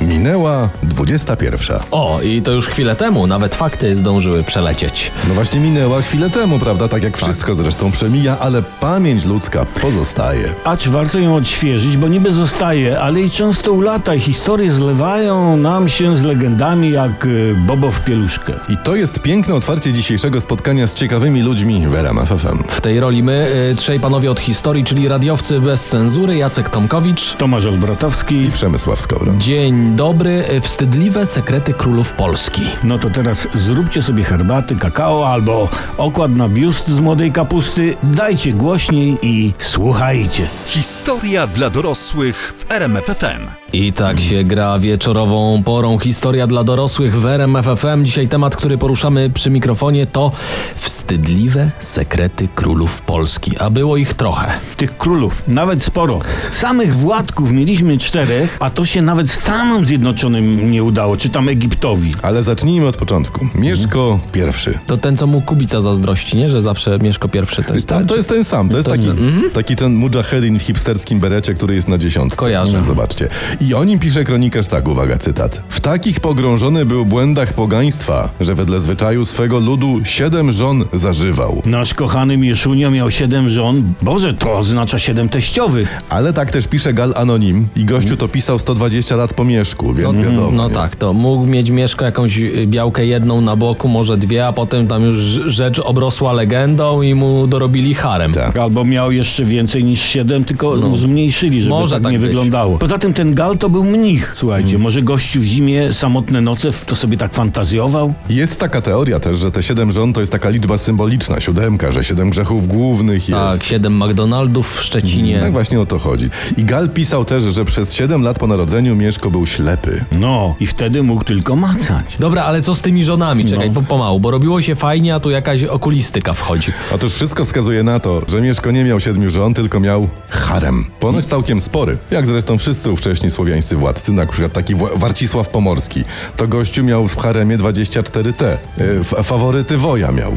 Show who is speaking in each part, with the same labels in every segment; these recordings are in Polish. Speaker 1: Minęła 21.
Speaker 2: O, i to już chwilę temu, nawet fakty zdążyły przelecieć.
Speaker 1: No właśnie minęła chwilę temu, prawda? Tak jak wszystko zresztą przemija, ale pamięć ludzka pozostaje.
Speaker 3: Acz warto ją odświeżyć, bo niby zostaje, ale i często ulata i historie zlewają nam się z legendami jak y, Bobo w pieluszkę.
Speaker 1: I to jest piękne otwarcie dzisiejszego spotkania z ciekawymi ludźmi w RMF FM.
Speaker 2: W tej roli my, y, trzej panowie od historii, czyli radiowcy bez cenzury, Jacek Tomkowicz.
Speaker 3: Tomasz Olbratowski.
Speaker 1: Przemysław Skowron.
Speaker 2: Dzień dobry, y, wstydliwe sekrety królów Polski.
Speaker 3: No to teraz zróbcie sobie herbaty, kakao albo okład na biust z młodej kapusty, dajcie głośniej i słuchajcie.
Speaker 4: Historia dla dorosłych w RMFFM.
Speaker 2: I tak się gra wieczorową porą. Historia dla dorosłych w RMF FM. Dzisiaj temat, który poruszamy przy mikrofonie to wstydliwe sekrety królów Polski. A było ich trochę.
Speaker 3: Tych królów, nawet sporo. Samych władków mieliśmy czterech, a to się nawet Stanom Zjednoczonym nie udało, czy tam Egiptowi.
Speaker 1: Ale zacznijmy od początku. Mieszko pierwszy.
Speaker 2: To ten, co mu Kubica zazdrości, nie? Że zawsze Mieszko pierwszy to jest
Speaker 1: Ta,
Speaker 2: ten.
Speaker 1: to jest ten sam, to znaczy- Mhm. jest
Speaker 2: To
Speaker 1: taki,
Speaker 2: nie-
Speaker 1: taki ten mujahedin w hipsterskim berecie, który jest na dziesiątce. No,
Speaker 2: Kojarzę.
Speaker 1: Zobaczcie. I o nim pisze kronikarz tak, uwaga, cytat. W takich pogrążony był błędach pogaństwa, że wedle zwyczaju swego ludu siedem żon zażywał.
Speaker 3: Nasz kochany Mieszunio miał siedem żon. Boże, to oznacza siedem teściowych.
Speaker 1: Ale tak też pisze Gal Anonim i gościu to pisał 120 lat po mieszku, więc wiadomo.
Speaker 2: No
Speaker 1: nie?
Speaker 2: tak, to mógł mieć Mieszko jakąś y, białkę jedną na boku, może dwie, a potem tam już rzecz obrosła legendą i mu dorobili harem.
Speaker 1: Tak.
Speaker 3: Albo miał jeszcze więcej niż siedem, tylko zmniejszyli, żeby
Speaker 2: Może
Speaker 3: tak,
Speaker 2: tak
Speaker 3: nie
Speaker 2: być.
Speaker 3: wyglądało. Poza tym ten Gal to był mnich. Słuchajcie, może gościu w zimie samotne noce w- to sobie tak fantazjował?
Speaker 1: Jest taka teoria też, że te siedem żon to jest taka liczba symboliczna, siódemka, że siedem grzechów głównych jest.
Speaker 2: Tak, siedem McDonaldów w Szczecinie.
Speaker 1: Tak właśnie o to chodzi. I Gal pisał też, że przez 7 lat po narodzeniu Mieszko był ślepy.
Speaker 3: No, i wtedy mógł tylko macać.
Speaker 2: Dobra, ale co z tymi żonami? Czekaj,
Speaker 1: No.
Speaker 2: po, pomału, bo robiło się fajnie, a tu jakaś okulistyka wchodzi.
Speaker 1: Otóż wszystko wskazuje na to, że Mieszko nie miał siedmiu żon, tylko miał harem. Ponoć całkiem spory, jak zresztą wszyscy ówcześni słowiańscy władcy, na przykład taki Wła- Warcisław Pomorski. To gościu miał w haremie 24T. E, f- faworyty woja miał.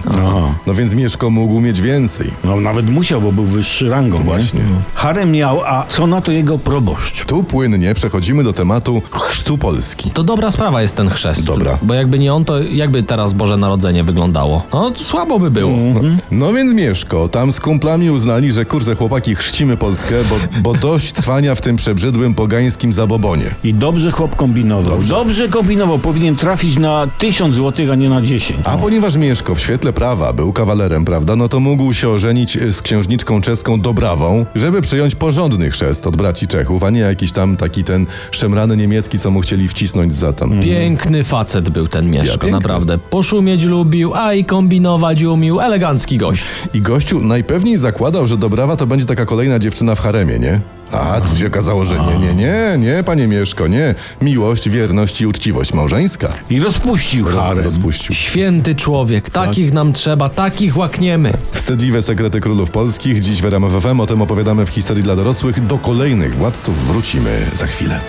Speaker 1: No więc Mieszko mógł mieć więcej.
Speaker 3: No, nawet musiał, bo był wyższy rangą.
Speaker 1: Właśnie.
Speaker 3: Nie? Harem miał, a co na to jego proboszcz?
Speaker 1: Tu płynnie przechodzimy do tematu chrztu Polski.
Speaker 2: To dobra sprawa jest ten chrzest.
Speaker 1: Dobra.
Speaker 2: Bo jakby nie on, to jakby teraz Boże Narodzenie wyglądało. No, to słabo by było.
Speaker 1: No więc Mieszko, tam z kumplami uznali, że kurde chłopaki chrzcimy Polskę, bo, bo dość trwania w tym przebrzydłym pogańskim zabobonie.
Speaker 3: I dobrze chłop kombinował. Dobrze, kombinował. Powinien trafić na 1000 złotych, a nie na 10.
Speaker 1: A ponieważ Mieszko w świetle prawa był kawalerem, prawda, no to mógł się ożenić y, z księżniczką czeską Dobrawą, żeby przyjąć porządny chrzest od braci Czechów, a nie jakiś tam taki ten szemrany niemiecki, co mu chcieli wcisnąć za tam.
Speaker 2: Mm. Piękny facet był ten Mieszko,
Speaker 1: piękny.
Speaker 2: naprawdę. Poszumieć lubił, a i kombinować umił. Elegancki gość.
Speaker 1: I gościu najpewniej zakładał, że Dobrawa to będzie taka kolejna dziewczyna w haremie, nie? A, tu się okazało, że nie, nie, nie, nie, panie Mieszko, nie. Miłość, wierność i uczciwość małżeńska.
Speaker 3: I rozpuścił harem.
Speaker 1: Rozpuścił.
Speaker 2: Święty człowiek, takich nam trzeba, takich łakniemy.
Speaker 1: Wstydliwe sekrety królów polskich. Dziś w RMF FM o tym opowiadamy w historii dla dorosłych. Do kolejnych władców wrócimy za chwilę.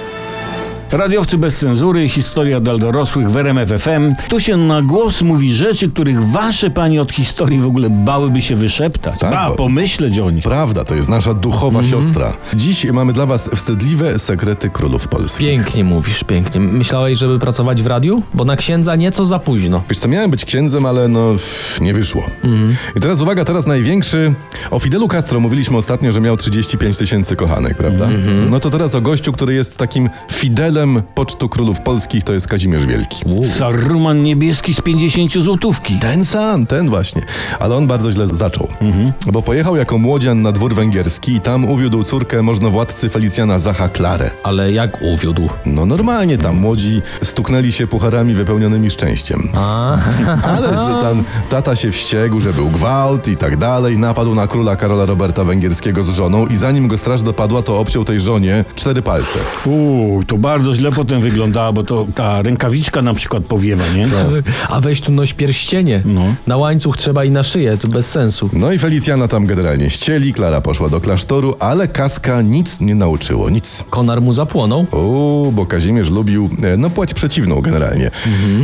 Speaker 3: Radiowcy bez cenzury, historia dla dorosłych w RMF FM. Tu się na głos mówi rzeczy, których wasze panie od historii w ogóle bałyby się wyszeptać.
Speaker 1: Tak,
Speaker 3: a,
Speaker 1: bo-
Speaker 3: pomyśleć o nich.
Speaker 1: Prawda, to jest nasza duchowa siostra. Dziś mamy dla was wstydliwe sekrety królów polskich.
Speaker 2: Pięknie mówisz, pięknie. Myślałeś, żeby pracować w radiu? Bo na księdza nieco za późno.
Speaker 1: Wiesz co, miałem być księdzem, ale no pff, nie wyszło. I teraz uwaga, teraz największy. O Fidelu Castro mówiliśmy ostatnio, że miał 35 tysięcy kochanek, prawda? No to teraz o gościu, który jest takim Fidelem Pocztu Królów Polskich, to jest Kazimierz Wielki.
Speaker 3: Saruman niebieski z 50 złotówki.
Speaker 1: Ten sam, ten właśnie. Ale on bardzo źle zaczął. Bo pojechał jako młodzian na dwór węgierski i tam uwiódł córkę możnowładcy Felicjana Zacha Klarę.
Speaker 2: Ale jak uwiódł.
Speaker 1: No normalnie tam młodzi stuknęli się pucharami wypełnionymi szczęściem.
Speaker 2: A,
Speaker 1: Ale że tam tata się wściekł, że był gwałt i tak dalej, napadł na króla Karola Roberta Węgierskiego z żoną i zanim go straż dopadła, to obciął tej żonie cztery palce.
Speaker 3: Uuu, to bardzo źle potem wyglądała, bo to ta rękawiczka na przykład powiewa, nie?
Speaker 1: Tak.
Speaker 2: a weź tu noś pierścienie. Na łańcuch trzeba i na szyję, to bez sensu.
Speaker 1: No i Felicjana tam generalnie ścieli, Klara poszła do klasztoru, ale kaska nic nie nauczyło, nic.
Speaker 2: Konar mu zapłonął.
Speaker 1: O, bo Kazimierz lubił, e, no płać przeciwną generalnie.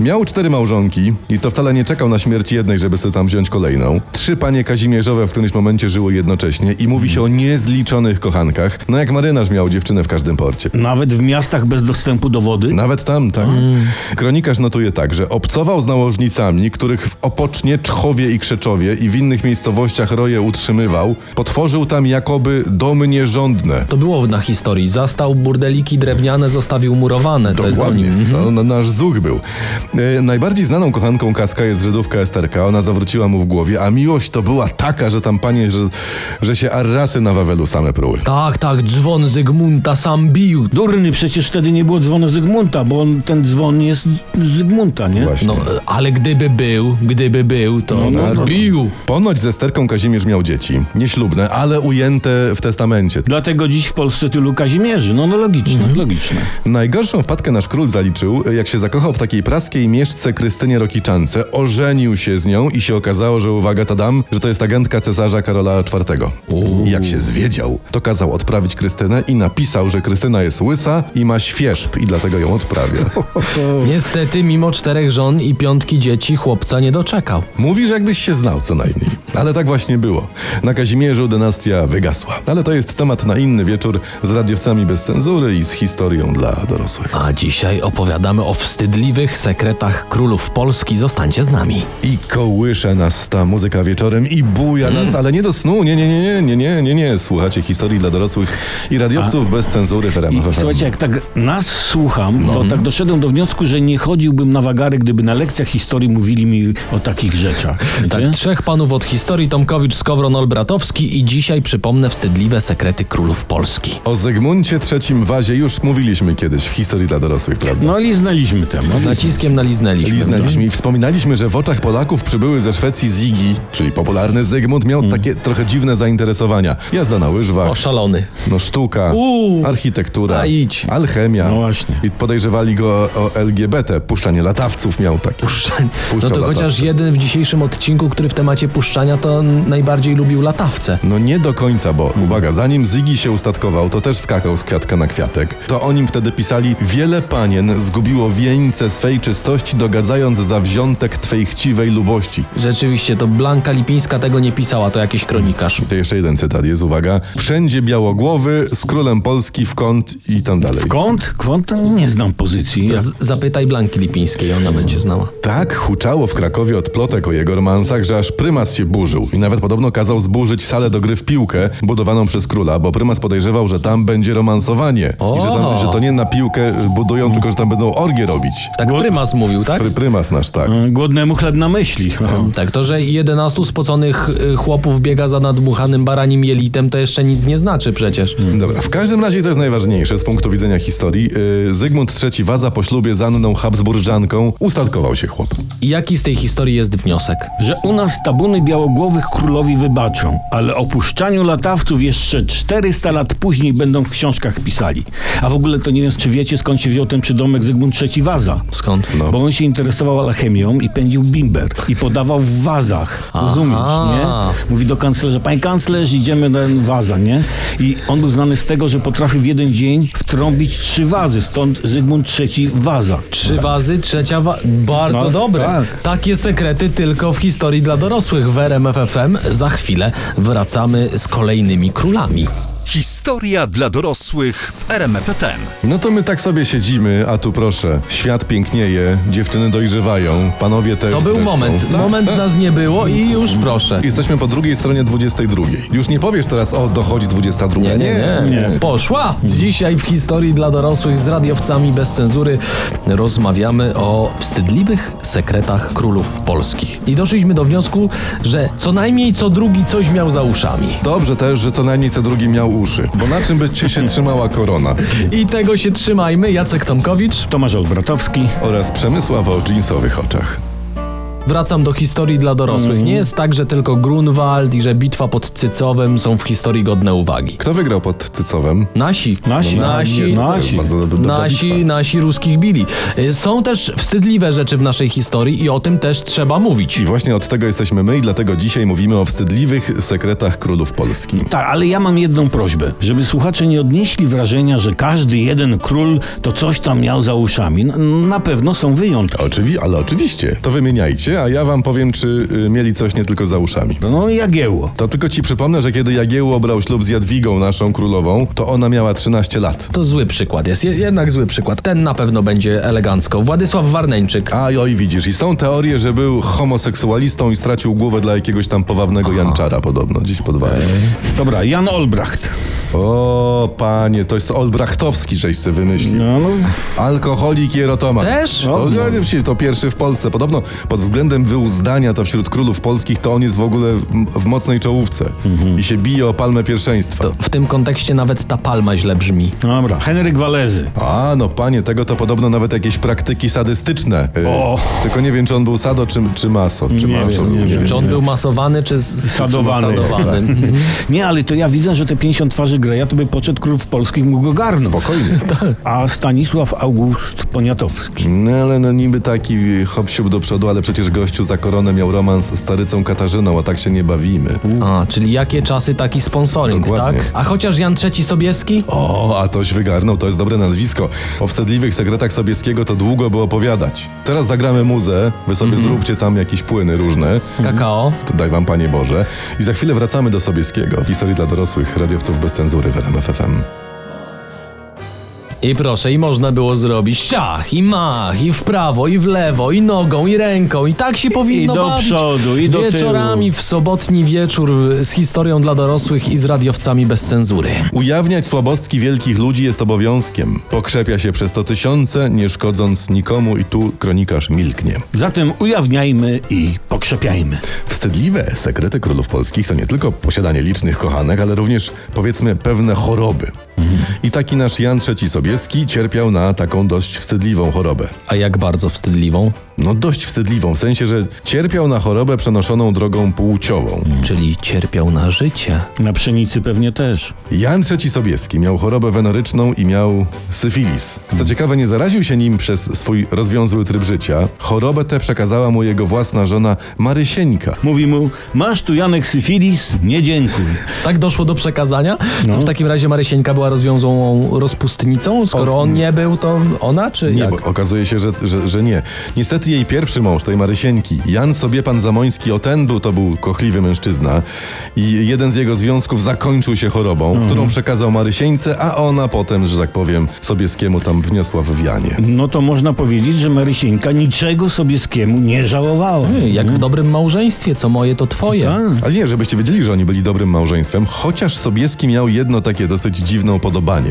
Speaker 1: Miał cztery małżonki i to wcale nie czekał na śmierć jednej, żeby sobie tam wziąć kolejną. Trzy panie Kazimierzowe w którymś momencie żyły jednocześnie i mówi się o niezliczonych kochankach. No jak marynarz miał dziewczynę w każdym porcie.
Speaker 3: Nawet w miastach bez dostępu do wody.
Speaker 1: Nawet tam, tak? Kronikarz notuje tak, że obcował z nałożnicami, których w Opocznie, Czchowie i Krzeczowie i w innych miejscowościach roje utrzymywał. Potworzył tam jakoby domy nierządne.
Speaker 2: To było na historii. Zastał burdeliki drewniane, zostawił murowane. To jest mhm. do
Speaker 1: Dokładnie,
Speaker 2: nim.
Speaker 1: to no, nasz zuch był. E, najbardziej znaną kochanką Kaska jest Żydówka Esterka. Ona zawróciła mu w głowie, a miłość to była taka, że tam panie, że, że się arrasy na Wawelu same pruły.
Speaker 2: Tak, tak, dzwon Zygmunta sam bił.
Speaker 3: Durny, przecież wtedy nie było dzwonu Zygmunta, bo on, ten dzwon jest z Zygmunta, nie?
Speaker 1: Właśnie.
Speaker 2: No, e, ale gdyby był, gdyby był, to
Speaker 3: No, no, no.
Speaker 2: bił.
Speaker 1: Ponoć ze Esterką Kazimierz miał dzieci. Nieślubne, ale ujęte w testamencie.
Speaker 3: Dlatego dziś w Polsce tylu Kazimierzy. No, no logiczne,
Speaker 1: Mhm.
Speaker 3: logiczne.
Speaker 1: Najgorszą wpadkę nasz król zaliczył, jak się zakochał w takiej praskiej mieszce Krystynie Rokiczance, ożenił się z nią i się okazało, że uwaga tadam, że to jest agentka cesarza Karola IV. I jak się zwiedział, to kazał odprawić Krystynę i napisał, że Krystyna jest łysa i ma świerzb i dlatego ją odprawia.
Speaker 2: Niestety, mimo czterech żon i piątki dzieci, chłopca nie doczekał.
Speaker 1: Mówisz, jakbyś się znał co najmniej. Ale tak właśnie było. Na Kazimierzu dynastia wygasła. Ale to jest temat na inny wieczór z radiowcami bez cenzury i z historią dla dorosłych.
Speaker 2: A dzisiaj opowiadamy o wstydliwych sekretach królów Polski. Zostańcie z nami.
Speaker 1: I kołysze nas ta muzyka wieczorem i buja
Speaker 3: Mm.
Speaker 1: nas, ale nie do snu, nie, nie, nie, nie, nie, nie, nie. Słuchacie historii dla dorosłych i radiowców bez cenzury w
Speaker 3: I
Speaker 2: no
Speaker 1: RMF FM.
Speaker 3: słuchajcie, jak tak nas słucham, to tak doszedłem do wniosku, że nie chodziłbym na wagary, gdyby na lekcjach historii mówili mi o takich rzeczach.
Speaker 2: Tak,
Speaker 3: wiecie?
Speaker 2: trzech panów od historii, Tomkowicz, Skowron, Olbratowski i dzisiaj przypomnę wstydliwe sekrety królów Polski.
Speaker 1: O Zygmuncie III Wazie już mówiliśmy kiedyś w historii dla dorosłych, prawda?
Speaker 3: No i znaliśmy temat.
Speaker 2: Z naciskiem naliznęliśmy.
Speaker 1: Liznaliśmy i wspominaliśmy, że w oczach Polaków przybyły ze Szwecji Zigi, czyli popularny Zygmunt, miał
Speaker 3: Mm.
Speaker 1: takie trochę dziwne zainteresowania. Jazda na łyżwach,
Speaker 2: Tak. Oszalony.
Speaker 1: no sztuka,
Speaker 2: Uuu.
Speaker 1: architektura,
Speaker 2: A idź.
Speaker 1: alchemia.
Speaker 3: No właśnie.
Speaker 1: I podejrzewali go o, o LGBT, puszczanie latawców miał takie.
Speaker 2: No
Speaker 1: Puszczał
Speaker 2: to chociaż
Speaker 1: latawce.
Speaker 2: jeden w dzisiejszym odcinku, który w temacie puszczania, to n- najbardziej lubił latawce.
Speaker 1: No nie do końca, bo uwaga, zanim Zigi się ustatkował, to też skakał z kwiatka na kwiatek. To o nim wtedy pisali wiele panien zgubiło wieńce swej czystości, dogadzając za wziątek twej chciwej lubości.
Speaker 2: Rzeczywiście, to Blanka Lipińska tego nie pisała, to jakiś kronikarz.
Speaker 1: To jeszcze jeden cytat jest, uwaga. Wszędzie białogłowy, z królem Polski w kąt i tam dalej.
Speaker 3: Kąt? Kwąt? Nie znam pozycji. Jak...
Speaker 2: Z- zapytaj Blanki Lipińskiej, ona będzie znała.
Speaker 1: Tak huczało w Krakowie od plotek o jego romansach, że aż prymas się burzył i nawet podobno kazał zburzyć salę do gry w piłkę budowaną przez króla, bo prymas podejrzewał, że tam będzie romansowanie i że,
Speaker 2: O!
Speaker 1: tam, że to nie na piłkę y, budują, tylko że tam będą orgie robić.
Speaker 2: Tak prymas mówił, tak?
Speaker 1: Pry, prymas nasz, tak.
Speaker 3: Mm, Głodnemu chleb na myśli.
Speaker 2: Tak, to, że 11 spoconych y, chłopów biega za nadmuchanym baranim jelitem, to jeszcze nic nie znaczy przecież.
Speaker 3: Hmm.
Speaker 1: Dobra, w każdym razie to jest najważniejsze z punktu widzenia historii. Yy, Zygmunt III Waza po ślubie z Anną Habsburżanką ustatkował się chłop.
Speaker 2: I jaki z tej historii jest wniosek?
Speaker 3: Że u nas tabuny białogłowych królowi wybaczą, ale o puszczaniu latawców jeszcze 400 lat później będą w książkach pisali. A w ogóle to nie wiem, czy wiecie skąd się wziął ten przydomek Zygmunt III Waza.
Speaker 2: Skąd?
Speaker 1: No.
Speaker 3: Bo on się interesował alchemią i pędził bimber i podawał w wazach. Rozumiesz, nie? Mówi do kanclerza, panie kanclerz, idziemy na waza, nie? I on był znany z tego, że potrafił w jeden dzień wtrąbić trzy wazy, stąd Zygmunt III Waza.
Speaker 2: Trzy wazy, trzecia wa... Bardzo
Speaker 3: No,
Speaker 2: dobre.
Speaker 3: tak.
Speaker 2: Takie sekrety tylko w historii dla dorosłych w RMF FM. Za chwilę wracamy z kolejnymi królami.
Speaker 4: Historia dla dorosłych w RMF FM.
Speaker 1: No to my tak sobie siedzimy, a tu proszę, świat pięknieje, dziewczyny dojrzewają, panowie też
Speaker 2: To był
Speaker 1: zresztą.
Speaker 2: moment.
Speaker 1: Tak,
Speaker 2: Moment
Speaker 1: tak.
Speaker 2: nas nie było i już proszę.
Speaker 1: Jesteśmy po drugiej stronie 22. Już nie powiesz teraz, o, dochodzi 22.
Speaker 2: Nie, nie, nie. Poszła! Dzisiaj w historii dla dorosłych z radiowcami bez cenzury rozmawiamy o wstydliwych sekretach królów polskich. I doszliśmy do wniosku, że co najmniej co drugi coś miał za uszami.
Speaker 1: Dobrze też, że co najmniej co drugi miał uszy, bo na czym by ci się trzymała korona?
Speaker 2: I tego się trzymajmy. Jacek Tomkowicz.
Speaker 3: Tomasz Olbratowski.
Speaker 1: Oraz Przemysław o dżinsowych oczach.
Speaker 2: Wracam do historii dla dorosłych. Nie jest tak, że tylko Grunwald i że bitwa pod Cycowem są w historii godne uwagi.
Speaker 1: Kto wygrał pod Cycowem?
Speaker 2: Nasi. No,
Speaker 3: Nasi.
Speaker 1: Nie,
Speaker 2: Nasi.
Speaker 1: to
Speaker 3: Nasi.
Speaker 1: jest bardzo dobra- dobra
Speaker 2: Nasi,
Speaker 1: bitwa.
Speaker 2: nasi ruskich bili. Y, Są też wstydliwe rzeczy w naszej historii i o tym też trzeba mówić.
Speaker 1: I właśnie od tego jesteśmy my i dlatego dzisiaj mówimy o wstydliwych sekretach królów Polski.
Speaker 3: Tak, ale ja mam jedną prośbę, żeby słuchacze nie odnieśli wrażenia, że każdy jeden król to coś tam miał za uszami. Na, na pewno są wyjątki.
Speaker 1: Oczywi ale oczywiście, to wymieniajcie a ja wam powiem, czy y, mieli coś nie tylko za uszami.
Speaker 3: No i Jagiełło.
Speaker 1: To tylko ci przypomnę, że kiedy Jagiełło brał ślub z Jadwigą, naszą królową, to ona miała 13 lat.
Speaker 2: To zły przykład jest, je- jednak zły przykład. Ten na pewno będzie elegancko. Władysław Warneńczyk.
Speaker 1: A i oj, widzisz, i są teorie, że był homoseksualistą i stracił głowę dla jakiegoś tam powabnego Janczara podobno, gdzieś pod Wawelem.
Speaker 3: Dobra, Jan Olbracht.
Speaker 1: O, panie, to jest Olbrachtowski, żeś se wymyślił.
Speaker 3: No, no.
Speaker 1: Alkoholik i erotoman.
Speaker 2: Też?
Speaker 1: O, nie wiem, się, to pierwszy w Polsce. Podobno pod względem wyuzdania to wśród królów polskich to on jest w ogóle w, w mocnej czołówce
Speaker 3: Mhm.
Speaker 1: i się bije o palmę pierwszeństwa.
Speaker 2: W tym kontekście nawet ta palma źle brzmi.
Speaker 3: Dobra, Henryk Walezy.
Speaker 1: A, no panie, tego to podobno nawet jakieś praktyki sadystyczne. Y,
Speaker 3: O.
Speaker 1: Tylko nie wiem, czy on był sado, czy, czy maso. Czy
Speaker 3: Nie
Speaker 1: maso, no,
Speaker 3: wiem, nie wiem.
Speaker 2: Czy on był masowany, czy s- s-
Speaker 3: Sadowany.
Speaker 2: sadowany? Tak.
Speaker 3: Nie, ale to ja widzę, że te 50 twarzy Greja to by poczet królów polskich mógł go garnąć.
Speaker 1: Spokojnie.
Speaker 3: A Stanisław August Poniatowski.
Speaker 1: No ale no niby taki hopsiub do przodu, ale przecież gościu za koronę miał romans z starycą Katarzyną, a tak się nie bawimy.
Speaker 2: A, czyli jakie czasy taki sponsoring,
Speaker 1: Dokładnie.
Speaker 2: tak? A chociaż Jan III Sobieski?
Speaker 1: O, a toś wygarnął, to jest dobre nazwisko. O wstydliwych sekretach Sobieskiego to długo by opowiadać. Teraz zagramy muzę, wy sobie zróbcie tam jakieś płyny różne.
Speaker 2: Kakao?
Speaker 1: To daj wam Panie Boże. I za chwilę wracamy do Sobieskiego. Historii dla dorosłych, radiowców bez cenzury w RMFFM.
Speaker 2: I proszę, i można było zrobić siach, i mach, i w prawo, i w lewo, i nogą, i ręką, i tak się powinno
Speaker 3: I do
Speaker 2: bawić.
Speaker 3: przodu, i do tyłu.
Speaker 2: Wieczorami w sobotni wieczór w- z historią dla dorosłych i z radiowcami bez cenzury.
Speaker 1: Ujawniać słabostki wielkich ludzi jest obowiązkiem. Pokrzepia się przez to tysiące, nie szkodząc nikomu i tu kronikarz milknie.
Speaker 3: Zatem ujawniajmy i pokrzepiajmy.
Speaker 1: Wstydliwe sekrety królów polskich to nie tylko posiadanie licznych kochanek, ale również powiedzmy pewne choroby. I taki nasz Jan III Sobieski cierpiał na taką dość wstydliwą chorobę.
Speaker 2: A jak bardzo wstydliwą?
Speaker 1: No dość wstydliwą, w sensie, że cierpiał na chorobę przenoszoną drogą płciową.
Speaker 2: Czyli cierpiał na życie.
Speaker 3: Na pszenicy pewnie też.
Speaker 1: Jan III Sobieski miał chorobę wenoryczną i miał syfilis. Co ciekawe, nie zaraził się nim przez swój rozwiązły tryb życia. Chorobę tę przekazała mu jego własna żona Marysieńka.
Speaker 3: Mówi mu, masz tu Janek syfilis? Nie dziękuj.
Speaker 2: Tak doszło do przekazania?
Speaker 3: No.
Speaker 2: To w takim razie Marysieńka była rozwiązłą rozpustnicą? Skoro on nie był, to ona, czy
Speaker 1: Nie,
Speaker 2: jak?
Speaker 1: bo okazuje się, że, że, że nie. Niestety jej pierwszy mąż, tej Marysieńki, Jan Sobiepan Zamoński Otendu, to był kochliwy mężczyzna i jeden z jego związków zakończył się chorobą, którą przekazał Marysieńce, a ona potem, że tak powiem, Sobieskiemu tam wniosła w wianie.
Speaker 3: No to można powiedzieć, że Marysieńka niczego Sobieskiemu nie żałowała.
Speaker 2: Jak w dobrym małżeństwie, co moje, to twoje.
Speaker 3: Tak.
Speaker 1: Ale nie, żebyście wiedzieli, że oni byli dobrym małżeństwem, chociaż Sobieski miał jedno takie dosyć dziwne upodobanie.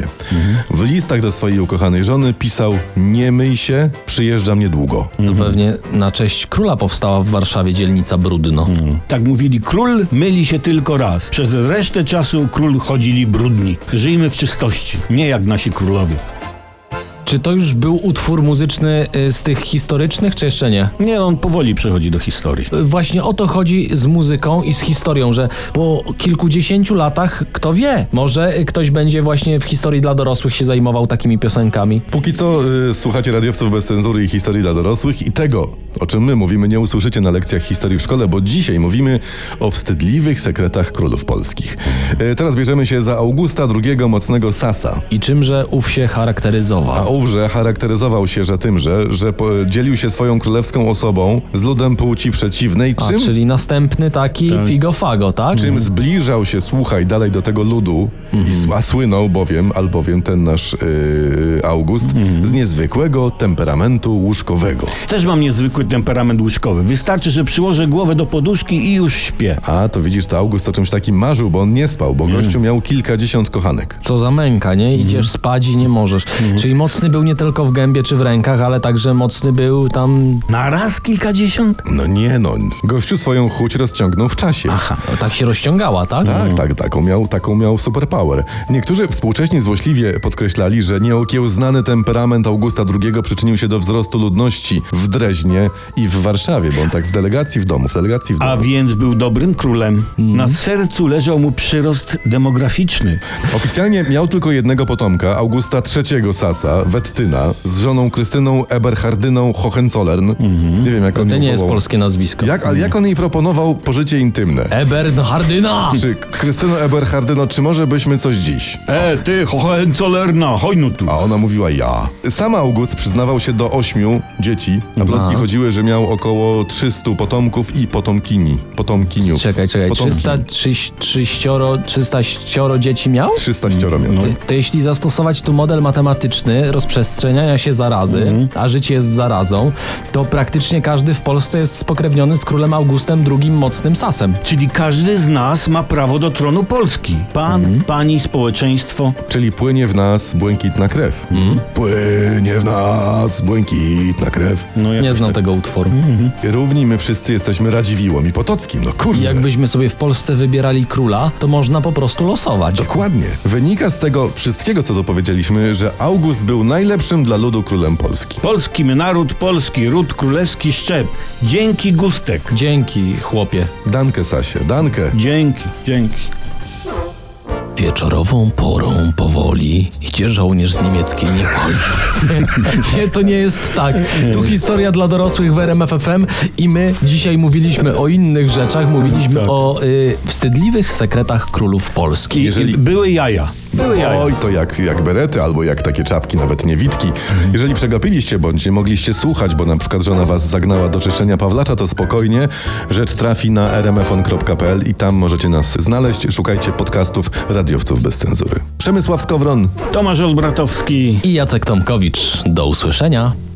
Speaker 1: W listach do swojej ukochanej żony pisał nie myj się, przyjeżdżam niedługo.
Speaker 2: To
Speaker 3: Mhm.
Speaker 2: pewnie na cześć króla powstała w Warszawie dzielnica Brudno.
Speaker 3: Tak mówili, król myli się tylko raz. Przez resztę czasu król chodzili brudni. Żyjmy w czystości, nie jak nasi królowie.
Speaker 2: Czy to już był utwór muzyczny y, z tych historycznych, czy jeszcze nie?
Speaker 3: Nie, on powoli przechodzi do historii.
Speaker 2: Y, Właśnie o to chodzi z muzyką i z historią, że po kilkudziesięciu latach, kto wie, może y, ktoś będzie właśnie w historii dla dorosłych się zajmował takimi piosenkami.
Speaker 1: Póki co y, słuchacie radiowców bez cenzury i historii dla dorosłych i tego, o czym my mówimy, nie usłyszycie na lekcjach historii w szkole, bo dzisiaj mówimy o wstydliwych sekretach królów polskich. Y, teraz bierzemy się za Augusta II Mocnego Sasa.
Speaker 2: I czymże ów się
Speaker 1: A
Speaker 2: charakteryzował?
Speaker 1: ówrze charakteryzował się, że tymże, że po, dzielił się swoją królewską osobą z ludem płci przeciwnej,
Speaker 2: A,
Speaker 1: czym,
Speaker 2: czyli następny taki figofago, tak?
Speaker 1: czym zbliżał się, słuchaj, dalej do tego ludu,
Speaker 2: Mhm.
Speaker 1: i, s- a słynął bowiem, albowiem ten nasz y, August, z niezwykłego temperamentu łóżkowego.
Speaker 3: Też mam niezwykły temperament łóżkowy. Wystarczy, że przyłożę głowę do poduszki i już śpię.
Speaker 1: A to widzisz, to August o czymś takim marzył, bo on nie spał, bo
Speaker 2: Hmm.
Speaker 1: gościu miał kilkadziesiąt kochanek.
Speaker 2: Co za męka, nie?
Speaker 1: Mhm.
Speaker 2: Idziesz spać i nie możesz. Czyli mocny był nie tylko w gębie czy w rękach, ale także mocny był tam...
Speaker 3: Na raz kilkadziesiąt?
Speaker 1: No nie no, gościu swoją chuć rozciągnął w czasie.
Speaker 3: Aha.
Speaker 2: o, Tak się rozciągała, tak?
Speaker 1: Tak, tak, taką miał, taką miał superpower. Niektórzy współcześnie złośliwie podkreślali, że nieokiełznany temperament Augusta II przyczynił się do wzrostu ludności w Dreźnie i w Warszawie, bo on tak w delegacji w domu, w delegacji w
Speaker 3: A
Speaker 1: domu.
Speaker 3: więc był dobrym królem.
Speaker 1: Mhm.
Speaker 3: Na sercu leżał mu przyrost demograficzny.
Speaker 1: Oficjalnie miał tylko jednego potomka, Augusta III Sasa, Bettyna z żoną Krystyną Eberhardyną Hohenzollern. Nie wiem, jak on
Speaker 2: Mhm. To
Speaker 1: ją
Speaker 2: nie jest
Speaker 1: wołał.
Speaker 2: polskie nazwisko.
Speaker 1: Jak, ale jak on jej proponował pożycie intymne?
Speaker 2: Ebernhardyna!
Speaker 1: Czy Krystyno Eberhardyno, czy może byśmy coś dziś?
Speaker 3: E, ty, Hohenzollern, chodź no tu.
Speaker 1: A ona mówiła ja. Sam August przyznawał się do ośmiu dzieci, a
Speaker 2: No.
Speaker 1: plotki chodziły, że miał około 300 potomków i potomkini. Potomkiniów.
Speaker 2: Czekaj, czekaj,
Speaker 1: Potomkin.
Speaker 2: 300, 300, 300 ścioro dzieci miał?
Speaker 1: 300 ścioro miał.
Speaker 2: Ty- To jeśli zastosować tu model matematyczny rozprzestrzeniania się zarazy, a życie jest zarazą, to praktycznie każdy w Polsce jest spokrewniony z królem Augustem II mocnym sasem.
Speaker 3: Czyli każdy z nas ma prawo do tronu Polski. Pan,
Speaker 1: Mhm.
Speaker 3: pani, społeczeństwo.
Speaker 2: No.
Speaker 1: Czyli płynie w nas błękitna krew.
Speaker 2: Mhm.
Speaker 1: Płynie w nas błękitna krew.
Speaker 3: No jak
Speaker 2: Nie znam tego utworu.
Speaker 1: Równi my wszyscy jesteśmy Radziwiłą i Potockim, no kurde.
Speaker 2: I jakbyśmy sobie w Polsce wybierali króla, to można po prostu losować.
Speaker 1: Dokładnie. Wynika z tego wszystkiego, co dopowiedzieliśmy, że August był najlepszym dla ludu królem Polski.
Speaker 3: Polski my naród, polski ród, królewski szczep. Dzięki Gustek.
Speaker 2: Dzięki, chłopie.
Speaker 1: Dankę, Sasie, dankę.
Speaker 3: Dzięki, dzięki.
Speaker 2: Wieczorową porą powoli idzie żołnierz z niemieckiej niewoli. nie, to nie jest tak. Tu historia dla dorosłych w RMF FM i my dzisiaj mówiliśmy o innych rzeczach, mówiliśmy o y, wstydliwych sekretach królów Polski.
Speaker 3: I,
Speaker 1: Jeżeli-
Speaker 3: i były jaja. Były jaja.
Speaker 1: Oj, to jak, jak berety, albo jak takie czapki, nawet niewitki. Jeżeli przegapiliście, bądź nie mogliście słuchać, bo na przykład żona was zagnała do czyszczenia Pawlacza, to spokojnie. Rzecz trafi na rmfon.pl i tam możecie nas znaleźć. Szukajcie podcastów Radiowców Bez Cenzury. Przemysław Skowron,
Speaker 3: Tomasz Olbratowski.
Speaker 2: I Jacek Tomkowicz. Do usłyszenia.